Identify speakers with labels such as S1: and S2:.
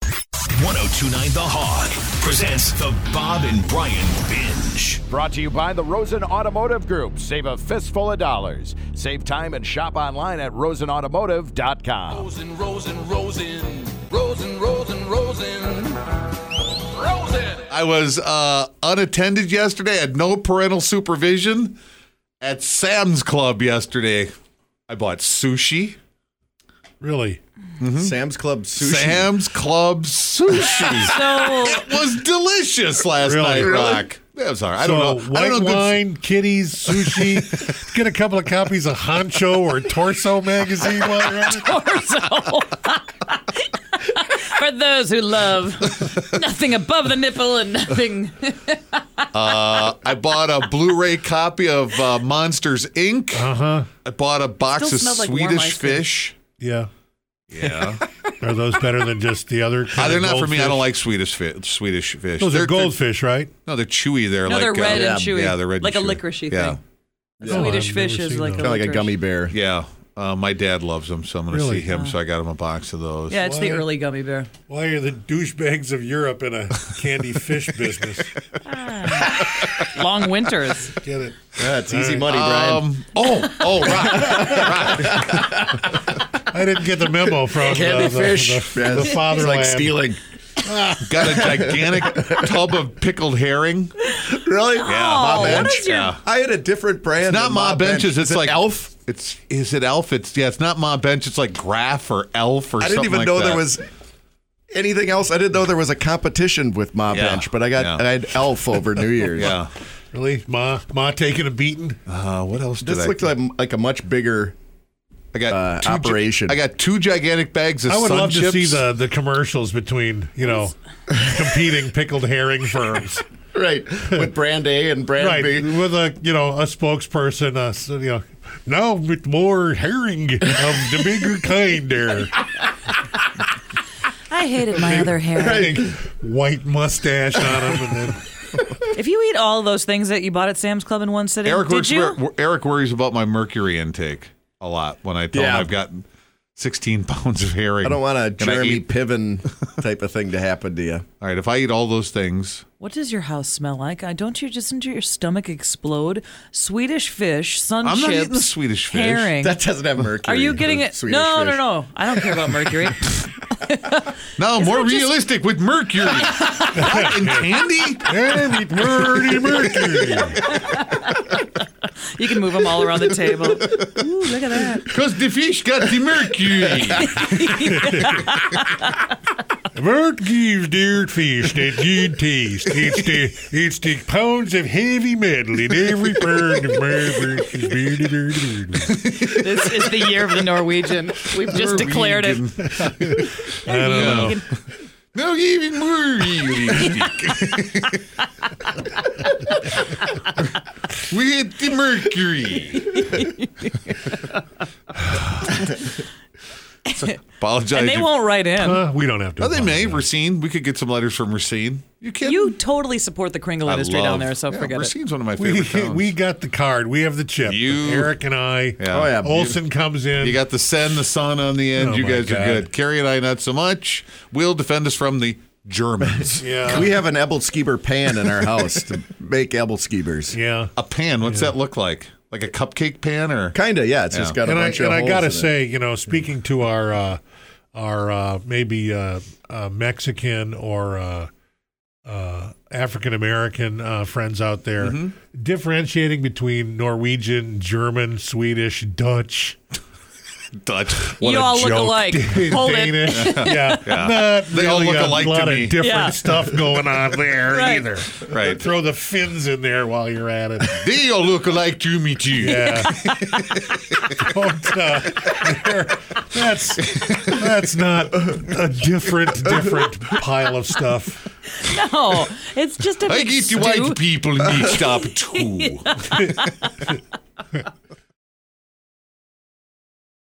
S1: 1029 The Hog presents the Bob and Brian Binge.
S2: Brought to you by the Rosen Automotive Group. Save a fistful of dollars. Save time and shop online at rosenautomotive.com.
S3: Rosen, Rosen, Rosen, Rosen, Rosen, Rosen, Rosen.
S4: I was uh, unattended yesterday. Had no parental supervision at Sam's Club yesterday. I bought sushi.
S5: Really?
S6: Sam's Club sushi.
S4: Sam's Club sushi.
S7: So
S4: it was delicious last
S5: Really?
S4: night,
S5: Really?
S4: Rock. That was all right.
S5: so,
S4: I don't know.
S5: White
S4: I don't know. good-
S5: wine, kitties, sushi. Get a couple of copies of Honcho or Torso magazine while you're at it.
S7: torso. For those who love nothing above the nipple and nothing.
S4: I bought a Blu-ray copy of uh, Monsters Inc. Uh huh.
S5: Uh-huh.
S4: I bought a box
S7: Still
S4: of
S7: smelled like warm
S4: Swedish
S7: ice cream.
S4: fish.
S5: Yeah.
S4: Yeah,
S5: Are those better than just the other?
S4: Uh,
S5: Kind
S4: they're
S5: of
S4: not for me. I don't
S5: goldfish?
S4: like Swedish fish. Swedish fish.
S5: Those
S4: They're-
S5: are goldfish, right?
S4: They're, no, they're chewy. They're
S7: No,
S4: like
S7: they're red
S4: uh,
S7: and chewy.
S4: Yeah, they're red.
S7: Like
S4: and
S7: a
S4: chewy.
S7: licorice-y
S4: yeah.
S7: thing.
S5: No,
S7: Swedish
S5: I've never
S7: fish is
S5: seen
S7: like
S5: those.
S7: a,
S6: Kind of like a
S7: licorice.
S6: gummy bear.
S4: Yeah. Uh, my dad loves them, so I'm going to
S5: Really?
S4: see him.
S6: Oh.
S4: So I got him a box of those.
S7: Yeah, it's the
S5: What?
S7: early gummy bear.
S5: Why are the douchebags of Europe in a candy fish business?
S7: Long winters.
S5: Get it?
S6: Yeah, it's easy money, Brian.
S4: Um. Oh. Oh. Right.
S5: I didn't get the memo from
S6: Candy
S5: uh, the,
S6: fish.
S5: the,
S6: Yeah,
S5: the
S6: it's
S5: fatherland.
S6: like stealing.
S4: got a gigantic tub of pickled herring.
S6: Really?
S7: Oh,
S6: my
S7: what
S6: bench.
S7: is your-
S4: Yeah.
S6: I had a different brand.
S4: It's not
S6: than
S4: Ma, benches. It's
S6: Is it
S4: like
S6: Elf.
S4: It's is it Elf? It's yeah. It's not Ma bench. It's like Graph or Elf or
S6: I
S4: something
S6: didn't even
S4: like
S6: know there
S4: that.
S6: was anything else. I didn't know there was a competition with Ma
S4: Yeah.
S6: bench, but I got
S4: Yeah.
S6: I had Elf over New Year's.
S4: Yeah.
S5: Really? Ma, ma taking a beating?
S4: Uh, what else did
S6: This
S4: I?
S6: looked like like a much bigger.
S4: I got
S6: uh,
S4: two gi-
S6: operation.
S4: I got two gigantic bags of.
S5: I would
S4: sun
S5: love
S4: chips.
S5: to see the, the commercials between, you know, competing pickled herring firms.
S6: Right, with brand A and brand
S5: right
S6: B.
S5: with a you know a spokesperson uh so, you know now with more herring of the bigger kind there
S7: I hated my other hair.
S5: Big white mustache on him and then
S7: If you eat all those things that you bought at Sam's Club in one sitting,
S4: Eric
S7: did
S4: works,
S7: you?
S4: wor- Eric worries about my mercury intake a lot when I tell
S6: Yeah.
S4: him I've gotten 16 pounds of herring.
S6: I don't want a
S4: And I
S6: Jeremy
S4: eat-
S6: Piven type of thing to happen to you.
S4: all right, if I eat all those things,
S7: What does your house smell like? I don't you just into your stomach explode? Swedish fish, sun
S4: I'm
S7: chips,
S4: not eating the Swedish fish.
S7: herring.
S6: That doesn't have
S7: Are
S6: mercury.
S7: you
S6: or
S7: getting it?
S6: Swedish
S7: no, no,
S6: fish.
S7: no. I don't care about mercury.
S4: now more
S7: it just-
S4: realistic with mercury. what, in candy?
S5: and eat wordy mercury
S7: you can move them all around the table. Ooh, look at that.
S4: Because the fish got the mercury.
S5: Vert gives dear fish that good taste it's the it's the pounds of heavy metal in every pound of mercury is very, very, very.
S7: This is the year of the Norwegian. We've just declared it.
S5: I don't know
S4: no, even more realistic. we hit the mercury. Apologize.
S7: And they
S4: if-
S7: won't write in.
S5: Uh, we don't have to
S4: Oh, they may.
S5: apologize.
S4: Racine. We could get some letters from Racine. You can.
S7: You totally support the Kringle industry down there, so
S4: yeah,
S7: forget
S4: Racine's one of my
S5: we,
S4: favorite towns.
S5: we got the card we have the chip
S4: You-
S5: Eric and I
S4: yeah.
S6: Oh, yeah.
S5: Olson comes in
S4: You got the Sen, the Sun on the end.
S5: Oh,
S4: you
S5: my
S4: guys are
S5: God.
S4: good. Carrie and I, not so much. We'll defend us from the Germans.
S5: yeah
S6: We have an Ebelskiber pan in our house to make Ebelskibers.
S5: Yeah.
S4: A pan. What's that look like? Like a cupcake pan or?
S6: Kinda, yeah. It's
S4: Yeah.
S6: just got a
S5: And I,
S6: bunch
S5: and
S6: of
S5: I
S6: holes
S5: gotta
S6: in it.
S5: say, you know, speaking to our uh, our uh, maybe uh, uh, Mexican or uh, uh, African American uh, friends out there, differentiating between Norwegian, German, Swedish, Dutch,
S4: Dutch.
S7: it. You all look alike. Hold it.
S5: Danish, yeah, not
S4: They all
S5: really
S4: look
S5: a
S4: alike to
S5: lot
S4: me.
S5: of different
S7: Yeah.
S5: stuff going on there
S7: Right.
S5: either.
S4: Right.
S5: Throw the fins in there while you're at it.
S4: They all look alike to me too.
S5: Yeah. Don't, uh, there- that's that's not a different different pile of stuff.
S7: No, it's just a
S4: I
S7: big
S4: get the
S7: stew.
S4: white people mixed up too.